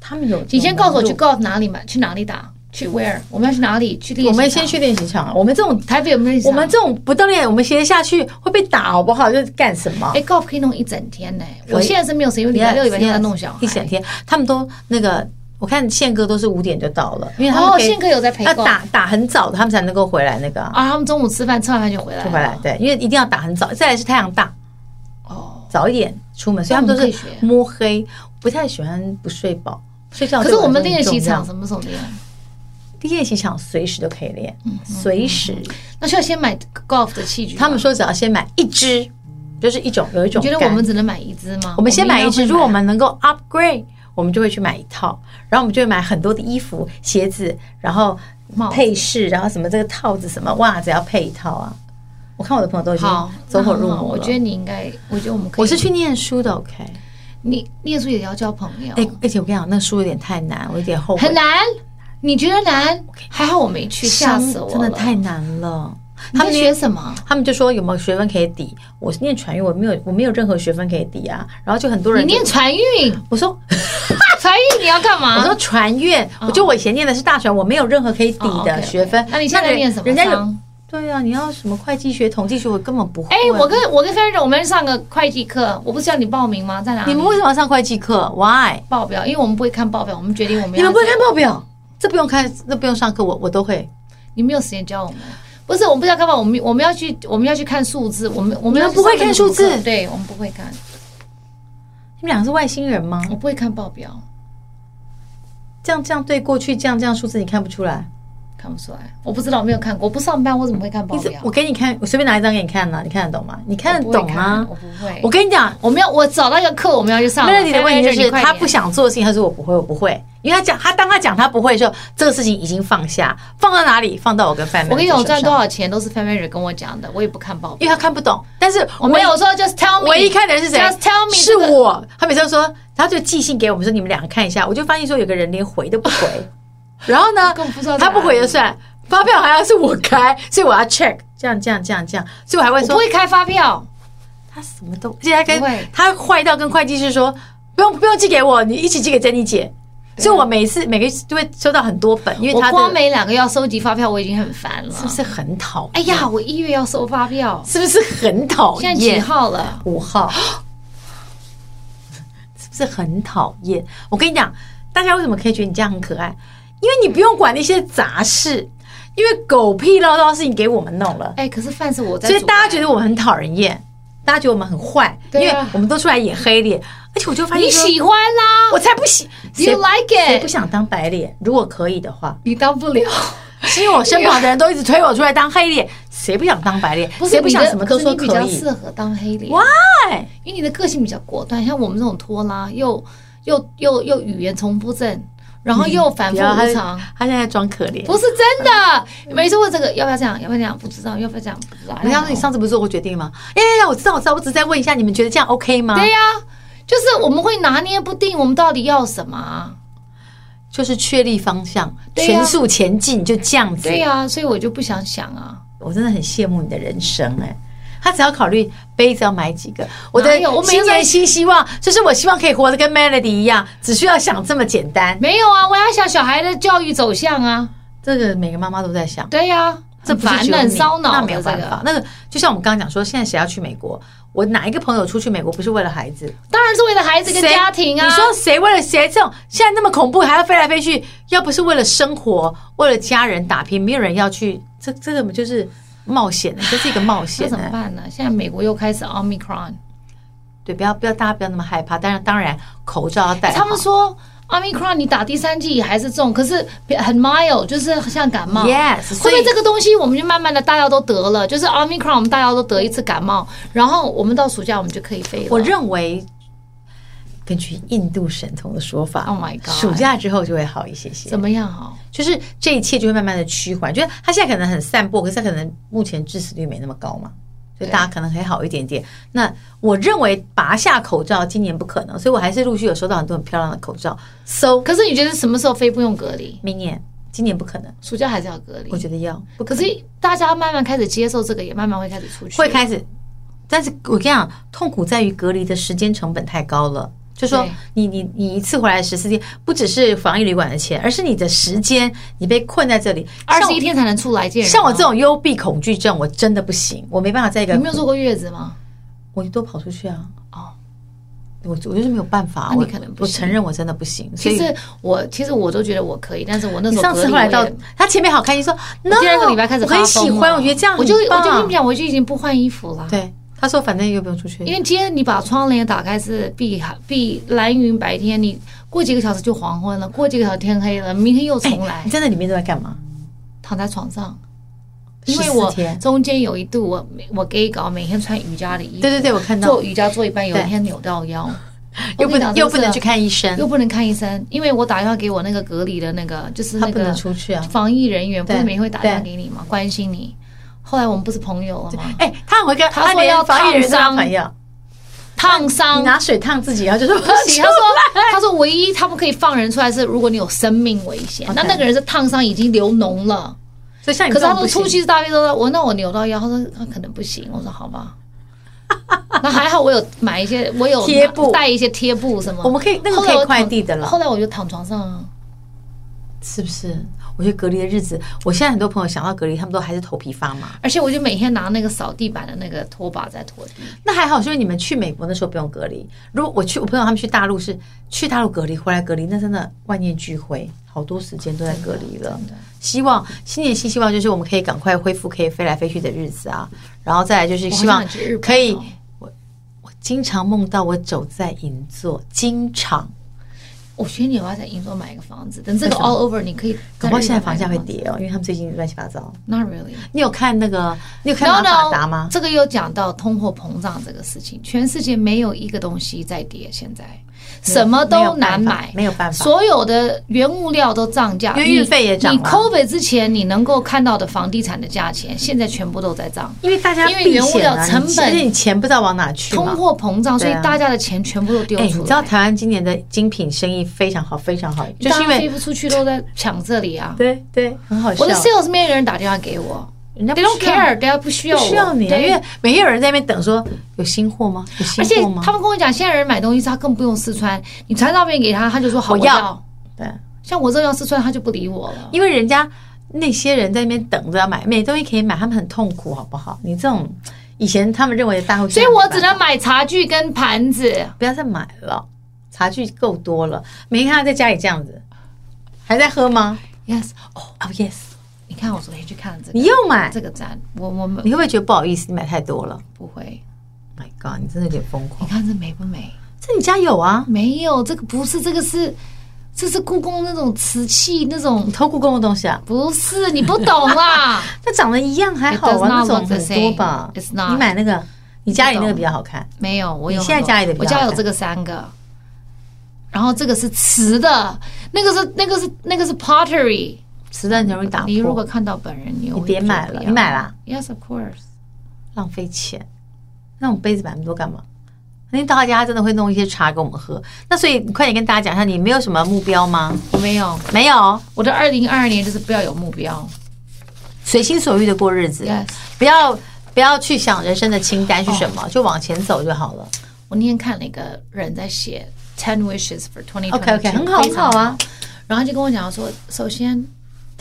他们有，
你先告诉我去。golf 哪里买，去哪里打，去 where？我们要去哪里？去练习
我
场
们先去练习场啊，我们这种
台北有没有练习
我
场？
们这种不锻炼，我们歇下去会被打，好不好？就是干什么？
哎 golf 可以弄一整天呢，
可以
我现在是没有时间，因为礼拜六礼拜天在弄小孩哦
一。整天，他们都那个，我看宪哥都是五点就到了，因为他们
哦，
可以
宪哥有在陪
要
golf
打打很早的，他们才能够回来那个啊
啊，他们中午吃饭，吃完饭就回来
就
了，
回来。对，因为一定要打很早，再来是太阳大，
哦。
早一点出门，所以
那
他
我
们都
们
是
可以学
摸黑，不太喜欢不睡饱。睡觉
可
对
是
我
我
来说哦
们
很
练习
重要
场，什么时候练？
练习场随时都可以练，
嗯
随时。
那需要先买 golf 的器具吗。
他们说只要先买一支，就是一种有一种
你
杆。
觉得我们只能买一只吗？
我们先买一支，
定要会
如果我们能够 upgrade，我们就会去买一套，然后我们就会买很多的衣服、鞋子，然后
帽子
配饰，然后什么这个套子、什么袜子要配一套啊。我看我的朋友都已经
好
走火入
那很好
魔
我
了
觉。得你应该，我觉得我们可以。
我是去念书的，OK。
你念书也要交朋友，
哎，而且我跟你讲，那书有点太难，我有点后悔
很。难。你觉得难？还好我没去，吓
伤
死我了。
真的太难了。
你
他们
在
学
学什么？
他们就说有没有学分可以抵？我念传语，我没有，我没有任何学分可以抵啊。然后就很多
你
人就，
念船运，
我说
船运你要干嘛？哦
我说传院，我就我以前念的是大传，我没有任何可以抵
哦
的
，OK，OK
学分。
那你现在
人
念什么？
人家有
商
对啊，你要什么会计学、统计学，我根本不会。
哎，我跟我跟 f e r r 我们上个会计课，我不是叫你报名吗？在哪里？
你们为什么要上会计课？Why？
报表，因为我们不会看报表，我们决定我们要。
你们不会看报表？这不用看，那不用上课，我我都会。
你没有时间教我们。不是，我们不知道干嘛，我们我们要去，我们要去看数字，我们我们要
你们
去
不会
上那
看
个
数字
什么课对我们不会看，
你们两个是外星人吗？
我不会看报表，
这样这样对过去这样这样数字你看不出来？
看不出来，我不知道，我没有看过，我不上班，我怎么会看报
你怎
表？
我给你看，我随便拿一张给你看呢、你看得懂吗？你看得
不会
懂
看
啊？
我不会，
我
我
跟你讲，
我们要我找到一个课，我们要去上。
Melody 的问题就是他不
想，
想做的事情，他说我不会，我不会。因为他讲，他当他讲他不会的时候，这个事情已经放下，放到哪里？放到我跟范妹。
我跟你讲，我赚多，少钱都是 f a m i l 跟我讲的，我也不看报表。
因为他看不懂。但是
我没有说 just tell me，
唯一看的人是谁
Just tell me，
是
这个
我。他每次都说，他就寄信给我们 说，你们两个看一下。我就发现说，有个人连回都不回。然后呢
我根本不知道，在
他不回
哪
就
里
算，发票还要是我开，所以我要 check 这样这样这样这样，所以我还会
我
说
不会开发票，
他什么都，而且他跟
不会
他坏到跟会计师说，不用不用寄给我，你一起寄给珍妮姐。所以我每次每个月都会收到很多本，因为
啊我
他
光
的
每两个要收集发票，我已经很烦了。
是不是很讨厌？
哎呀，我一月要收发票，
是不是很讨
现在几
厌？
号了？
五号， 是不是很讨厌？我跟你讲，大家为什么可以觉得你这样很可爱？因为你不用管那些杂事，因为狗屁唠叨的事情给我们弄了。
哎，可是饭是我在煮，
所以大家觉得我们很讨人厌，大家觉得我们很坏，因
对
为
啊
我们都出来演黑脸，而且我就发现
你
说，
喜欢啦
我才不喜，谁
，You
谁
like
不
it，
想当白脸？如果可以的 话，
你当不了。
是因为我身旁的人都一直推我出来当黑脸，谁不想当白脸？
不是
谁不想什么都说
可
可
是你比较
以
适合当黑脸，
？Why？
因为你的个性比较果断，像我们这种拖拉，又又又又语言重复症，然后又反
嗯不
复
要他
无常。，
他现在装可怜。
不是真的，每次问这个要不要这样，要不要这样，不知道，要不要这样，不知道。哎
人家说你上次不是做过决定吗？哎、呀，我知道，我知道，我只是在问一下，你们觉得这样 OK 吗？
对呀、就是我们会拿捏不定，我们到底要什么啊？
就是确立方向，
对呀
全速前进，就这样子。
对呀、所以我就不想想啊。
我真的很羡慕你的人生哎、他只要考虑杯子要买几个，我的
哪有我没有
新年新希望就是我希望可以活得跟 Melody 一样，只需要想这么简单。
没有啊，我要想小孩的教育走向啊。
这个每个妈妈都在想，
对呀、
这不
烦
是只有
人
你
烧脑
那
的
没有
这
办
个，
法。那个就像我们刚刚讲说，现在谁要去美国？我哪一个朋友出去美国不是为了孩子？
当然是为了孩子跟
谁
家庭啊。
你说谁为了谁这种现在那么恐怖，还要飞来飞去？要不是为了生活，为了家人打拼，没有人要去。这这个就是冒险的，这是一个冒
那
险
怎
的
么。办呢？现在美国又开始 Omicron，
对，不要不要，大家不要那么害怕。当然，当然，口罩要戴好。
他们说 Omicron 你打第三剂还是重，可是很 mild，就是像感冒。
yes，
会
所
不会
以
这个东西，我们就慢慢的大家都得了，就是 Omicron，我们大家都得一次感冒，然后我们到暑假我们就可以飞了。
我认为，根据印度神童的说法
Oh my god
暑假之后就会好一些些
怎。么样哈、
就是这一切就会慢慢的趋缓，就是他现在可能很散播，可是他可能目前致死率没那么高嘛，所以
对
大家可能还好一点点。那我认为拔下口罩今年不可能，所以我还是陆续有收到很多很漂亮的口罩。So
可是你觉得什么时候飞不用隔离？
明年，今年不可能，
暑假还是要隔离
我。觉得要不
可是大家慢慢开始接受这个，也慢慢会开始出去。
会开始，但是我跟你讲，痛苦在于隔离的时间成本太高了。就说
对
你你你一次回来十四天，不只是防疫旅馆的钱，而是你的时间，你被困在这里。
二
像
十一天才能出来见人啊。
像我这种幽闭恐惧症，我真的不行，我没办法在一个
你没有坐过月子吗？
我都跑出去啊！
哦，
我我就是没有办法，
那你
我
可能不
我
行
承认我真的不行。所
其
以
实我其实我都觉得我可以，但是我那
你
时候
上次
隔离
后来
我
到
也
他前面好开心说，
我
no,
第二个礼拜开始
我
发
很
疯
喜欢，
了
我觉得这样
我就
很
我就跟
棒
你讲，我就已经不换衣服了。
对他说反正又不用出去，
因为今天你把窗帘打开是碧海碧蓝云白天，你过几个小时就黄昏了，过几个小时天黑了，明天又重来，
你真的里面都在干嘛？
躺在床上。因为我
14天
中间有一度我我 gay 搞，每天穿瑜伽的衣服，
对对对，我看到
做瑜伽做一半，有一
对
天扭 到腰，
又不能又不能去
看，
看医生，
又不能看医生，因为我打电话给我那个隔离的那个，就是
他
那
不
个
能出去啊。
防疫人员，不
对
是每天会打电话
对
给你吗？关心你。后来我们不是朋友了吗？
哎，他很会跟
哦他说
连
要
防疫人员都
烫
当朋友，
烫
你
伤
拿水烫自己，然后就说
不行，他说他说唯一他们可以放人出来是如果你有生命危险
OK
那那个人是烫伤已经流脓了，
所以像你
可
这
是他
种不
说出
行。
去大便都在我那我扭到腰，他说那可能不行，我说好吧， 那还好我有买一些我有
贴布
带一些贴布什么，
我们可以那个
后来
可
我
以
躺
快递的了，
后来我就躺床上啊，
是不是？我觉得隔离的日子，我现在很多朋友想到隔离，他们都还是头皮发麻。
而且我就每天拿那个扫地板的那个拖把在拖地，
那还好，是因为你们去美国那时候不用隔离。如果我去，我朋友他们去大陆是去大陆隔离，回来隔离，那真的万念俱灰，好多时间都在隔离了
真的。
希望新年新希望就是我们可以赶快恢复可以飞来飞去的日子啊，然后再来就是
我好
希望
想去日本
可以
哦。
我经常梦到我走在银座，经常，
我觉得你要不要在银座买一个房子，等这
为
个
什么
all over 你可以
搞
在日本买一个房子。
不好现在房价会跌哦，因为他们最近乱七八糟。
？Not really。
你有看那个？你有看
No
马法
no，
达吗？
这个又讲到通货膨胀这个事情，全世界没有一个东西在跌，现在什么
没有
都
办
难
法
买，
没有办法
所有的原物料都涨价，
因为运
你
费也涨
你
了
COVID 之前你能够看到的房地产的价钱，现在全部都在涨，
因为大家
因为
避
原物
险
料
啊，
成
你
本
而且你钱不知道往哪去
通
嘛。
货膨胀，所以
对啊
大家的钱全部都丢
哎，你
出
知道
来。
台湾今年的精品生意非常好，非常好，就
大
是因
家飞
为
不出去都在抢这里啊！
对对，很好笑
我的。sales 面人打电话给我
人家
，They
不
don't
需要
care，大家不需要
不
我，
需要你啊，
对
因为每天有人在那边等说有新货吗？有
而且
新货吗
他？们跟我讲，现在人买东西他更不用试穿，你传照片给他，他就说好
我
我
要
要。
对，
像我这样试穿，他就不理我了。
因为人家那些人在那边等着要买，没东西可以买，他们很痛苦，好不好？你这种以前他们认为的大户，
所以我只
现在没办
能买茶具跟盘子。
法不要再买了，茶具够多了。没看他在家里这样子，还在喝吗？
Yes，哦，
哦、yes，
你看我昨天去看了这个
你又买，
这个展，我我们
你会不会觉得不好意思？你买太多了
不会。
，My God，你真的有点疯
你
狂。
看这美不美？
这你家有啊？
没有，这个不是，这个是，这是故宫那种瓷器那种
你，偷故宫的东西啊？
不是你不懂啊啦。
那长得一样还好
It does
啊，那
not
种
look the
很多吧
same. It's not.
你买那个，你家里那个比较好看。
没有，我有
你现在
很多
家里的比较
我家
好
有
看
这个三个，然后这个是瓷的，那个是那个是那个是 pottery。
实在很容易打
你如
破
果，看到本人，你
你
你
别买了，你买啦，
？Yes, of course。
浪费钱。那种杯子买那么多干嘛？你到他家他真的会弄一些茶给我们喝。那所以你快点跟大家讲一下，你没有什么目标吗？
我没有，
没有，
我的二零二二年就是不要有目标。
随心所欲的过日子
Yes，哦
不要不要去想人生的清单是什么就往前走就好了。
我那天看了一个人在写 Ten Wishes for Twenty
OK OK，很好很好啊。
然后他就跟我讲说，首先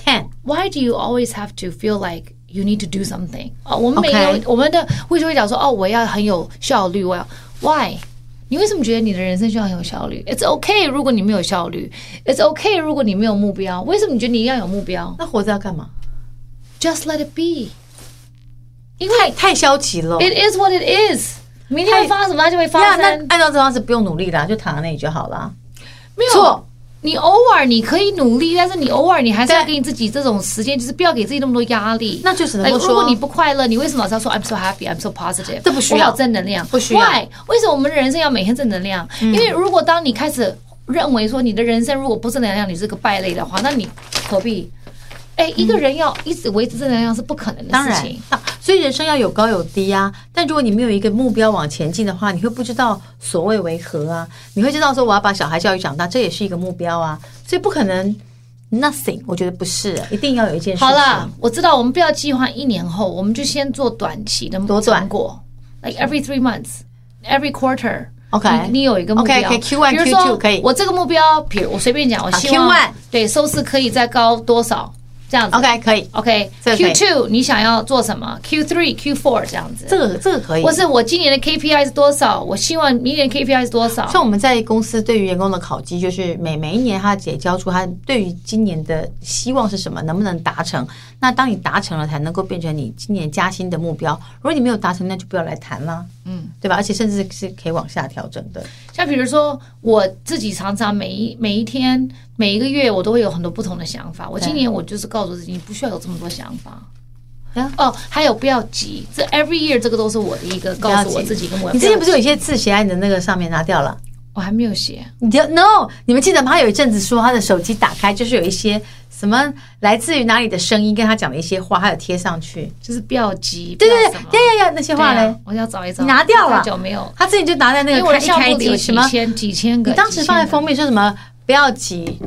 ，Ten。
why do you always have to feel like you need to do something？哦，我们
OK
没有我们的为什么会讲说哦，我要很有效率，我要 why？你为什么觉得你的人生需要很有效率？It's okay，如果你没有效率；It's okay，如果你没有目标。为什么你觉得你要有目标
那活着要干嘛？
？Just let it be，因为
太太消极了。
it is what it is。明天会发生什么，它就会发
呀，那
生。
按照这方式不用努力啦，就躺在那里就好啦。
没有
错，
你偶尔你可以努力，但是你偶尔你还是要
对
给你自己这种时间，就是不要给自己那么多压力。
那就只能够
Like，
说
如果你不快乐，你为什么老是要说 I'm so happy, I'm so positive？
这不需要
我好正能量，
不需要嗯
Why？为什么我们人生要每天正能量？因为如果当你开始认为说你的人生如果不正能量，你是个败类的话，那你何必？哎，一个人要一直维持正能量是不可能的
当
事
然
情。，
啊所以人生要有高有低啊。但如果你没有一个目标往前进的话，你会不知道所谓为何啊。你会知道说我要把小孩教育长大，这也是一个目标啊。所以不可能 nothing，我觉得不是，一定要有一件事情。
好啦，我知道我们不要计划一年后，我们就先做短期的
多短
成果，like every three months, every quarter。
OK
你你有一个目标
OK，可以 Q1
比如说
Q2 可以
我这个目标，比如我随便讲，我希望
好，Q1
对收视可以再高多少这样子。
，OK，可以，
OK
这个可以
Q two 你想要做什么？Q three Q four 这样子，
这个这个可以
或。是我今年的 KPI 是多少？我希望明年 KPI 是多少？
像我们在公司对于员工的考绩，就是每每一年他得交出他对于今年的希望是什么，能不能达成。那当你达成了，才能够变成你今年加薪的目标。如果你没有达成，那就不要来谈啦，嗯，对吧？而且甚至是可以往下调整的。
像比如说，我自己常常每一每一天、每一个月，我都会有很多不同的想法。我今年我就是告诉自己，你不需要有这么多想法。
啊
哦，还有不要急，这 every year 这个都是我的一个告诉我自己跟我。
你之前不是有一
些
些字写在你的那个上面拿掉了？
我还没有写，
你就 no，你们记得吗？他有一阵子说他的手机打开就是有一些什么来自于哪里的声音，跟他讲的一些话，还有贴上去。
就是不要急。
对对
不要什么
对，呀呀呀，那些话
对
嘞
啊，我要找一找。
你拿掉了
太久没有，
他自己就拿在那
因为
个
我的
看一
项
开
目里有
机
几
什么。
千几千个。
你当时
几千
放在
个
封面说什么？不要急，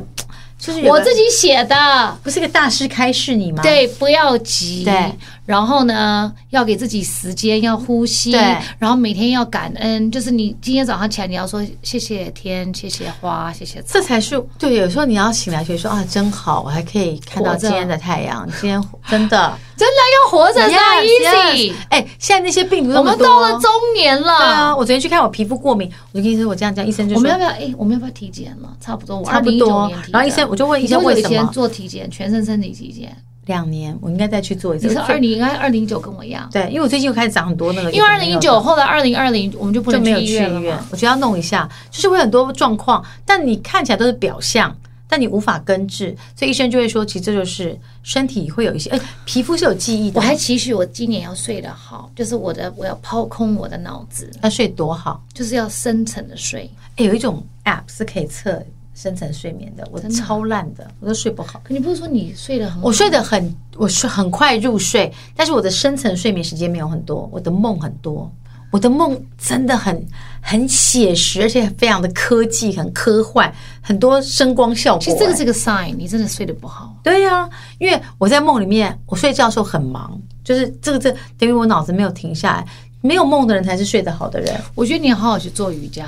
就是有
我
个
自己写的。
不是个大师开示你吗？，
对，不要急。
啊对，
然后呢，要给自己时间，要呼吸。
对
然后每天要感恩，就是你今天早上起来，你要说谢谢天，谢谢花，谢谢草。
这才是对。有时候你要醒来觉得说啊，真好，我还可以看到
活着
今天的太阳。今天真 的
真的要活着是
Yes,
easy
yes。哎，现在那些病毒那
我
么
们
多，
到了中年了，
对啊，我昨天去看我皮肤过敏，我就跟医生说我这样这样，医生就
我们要
说
不要？哎，我们要不要体检了？差不多，我
差不
2019
多啊
年体。检
然后医生我就问医
你多
生
久
为
以
什
前
么
做体检，全身身体体检。
两年，我应该再去做一次。
你是
我最
二零，应该二零一九跟我一样，
对，因为我最近又开始长很多那个，
因为二零一九后来二零二零我们就不
就
能
没有
去
去
医
医
院了
院
嘛。，
我觉得要弄一下，就是会很多状况，但你看起来都是表象，但你无法根治，所以医生就会说，其实这就是身体会有一些，哎，皮肤是有记忆的。
我还期许我今年要睡得好，就是我的我要抛空我的脑子，
那睡多好？
就是要深层的睡。
哎，有一种 app 是可以测深层睡眠的，我超烂的，我都睡不好。
可你不是说你睡得很好？
我睡得很，我睡很快入睡，但是我的深层睡眠时间没有很多，我的梦很多，我的梦真的很很写实，而且非常的科技，很科幻，很多声光效果、
其实这个
哎
是个 sign，你真的睡得不好。
对呀、因为我在梦里面，我睡觉的时候很忙，就是这个这等于我脑子没有停下来。没有梦的人才是睡得好的人。
我觉得你要好好去做瑜伽，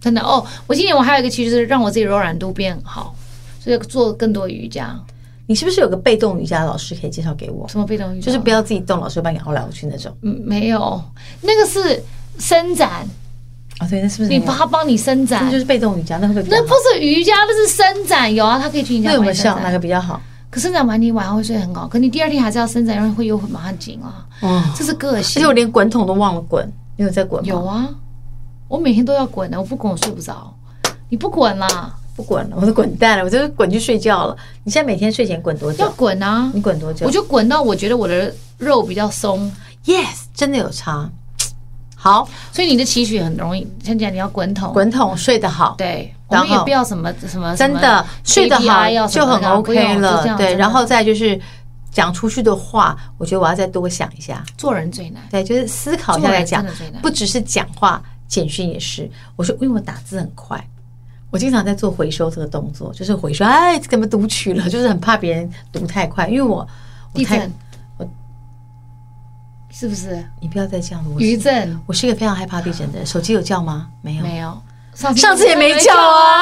真的哦。我今年我还有一个期许就是让我自己柔软度变好，所以做更多瑜伽。
你是不是有个被动瑜伽老师可以介绍给我？
什么被动瑜伽？
就是不要自己动，老师会把你熬来熬去那种。
嗯没有，那个是伸展，
啊、对，那是不是
你
很有
帮他帮你伸展
那，就是被动瑜伽，那会不会比较
那
好
不是瑜伽，那是伸展。有啊，他可以去你家
那有没有
玩伸
效？哪
展。
个比较好？
可伸展完你晚上会睡得很好，可你第二天还是要伸展，然后会又会马上紧啊。
哦，
这是个
而且
性。
我连滚筒都忘了滚，你有在滚吗？
哎有啊，我每天都要滚的，啊我不滚我睡不着。你不滚啦，
不滚了，我都滚蛋了，我就是滚去睡觉了。你现在每天睡前滚多
要
久？
滚啊！
你滚多久
我就滚到我觉得我的肉比较松，
？Yes，真的有差。好，
所以你的期许很容易。像讲你要滚筒，
滚筒睡得好，
对，我
然后
们也不要什么什么，
真
什
的
么
睡得
KPI 要
好
啊什
就
么
很
的不用
OK
就这
了。
样
对，
真的
然后再就是讲出去的话，我觉得我要再多想一下。
做人最难，
对，就是思考一下
做人
再讲
真的最，难
不只是讲话，简讯也是。我说，因为我打字很快，我经常在做回收这个动作，就是回收，哎，怎么读取了？ 就是很怕别人读太快，因为我我
地
太
震，是不是？
你不要再这样了，我
余
是
震
我是一个非常害怕地震的人。手机有叫吗？没有，
没有， 上次
上次也没叫啊。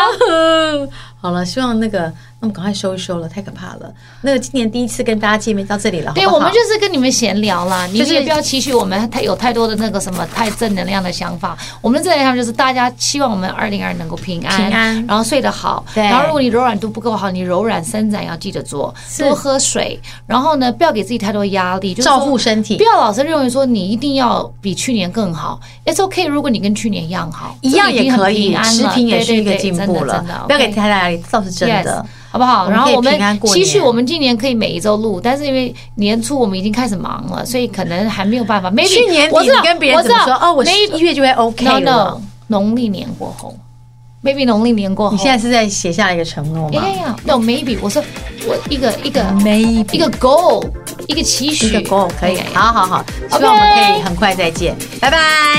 好了，希望那个那我们赶快收一收了，太可怕了。那个今年第一次跟大家见面到这里了，
对，
好不好
我们就是跟你们闲聊啦，你
就
们
是
也不要期许我们太有太多的那个什么太正能量的想法。我们的正能量就是大家希望我们二零二能够平安，
平安
然后睡得好。
对
然后如果你柔软度不够好，你柔软伸展要记得做，
是
多喝水，然后呢，不要给自己太多压力，就是说
照顾身体
不。要老是认为说你一定要比去年更好，It's OK。如果你跟去年一样好，
一样也可
这已
以
经，很
持
平安了
平也是一个
对对对
进步了
真的真的，
不要给
OK
太大压力，倒是真
Yes，
的。
好不好？
我们
然后
可以
我们
平安过
期许
年
我们今年可以每一周录，但是因为年初我们已经开始忙了，所以可能还没有办法。Maybe
去年底
我知道
你跟别人
我知
怎么说？
道
哦，我十
Maybe
一月就会 OK
no
了。
no 农历年过后，maybe 农历年过后，
你现在是在写下一个承诺吗
呀呀呀，no maybe 我说我一个一个
？Maybe
一个 goal 一个期许
一个 goal 可以
Yeah，yeah，yeah，
好好好，希望我们可以很快再见，拜拜。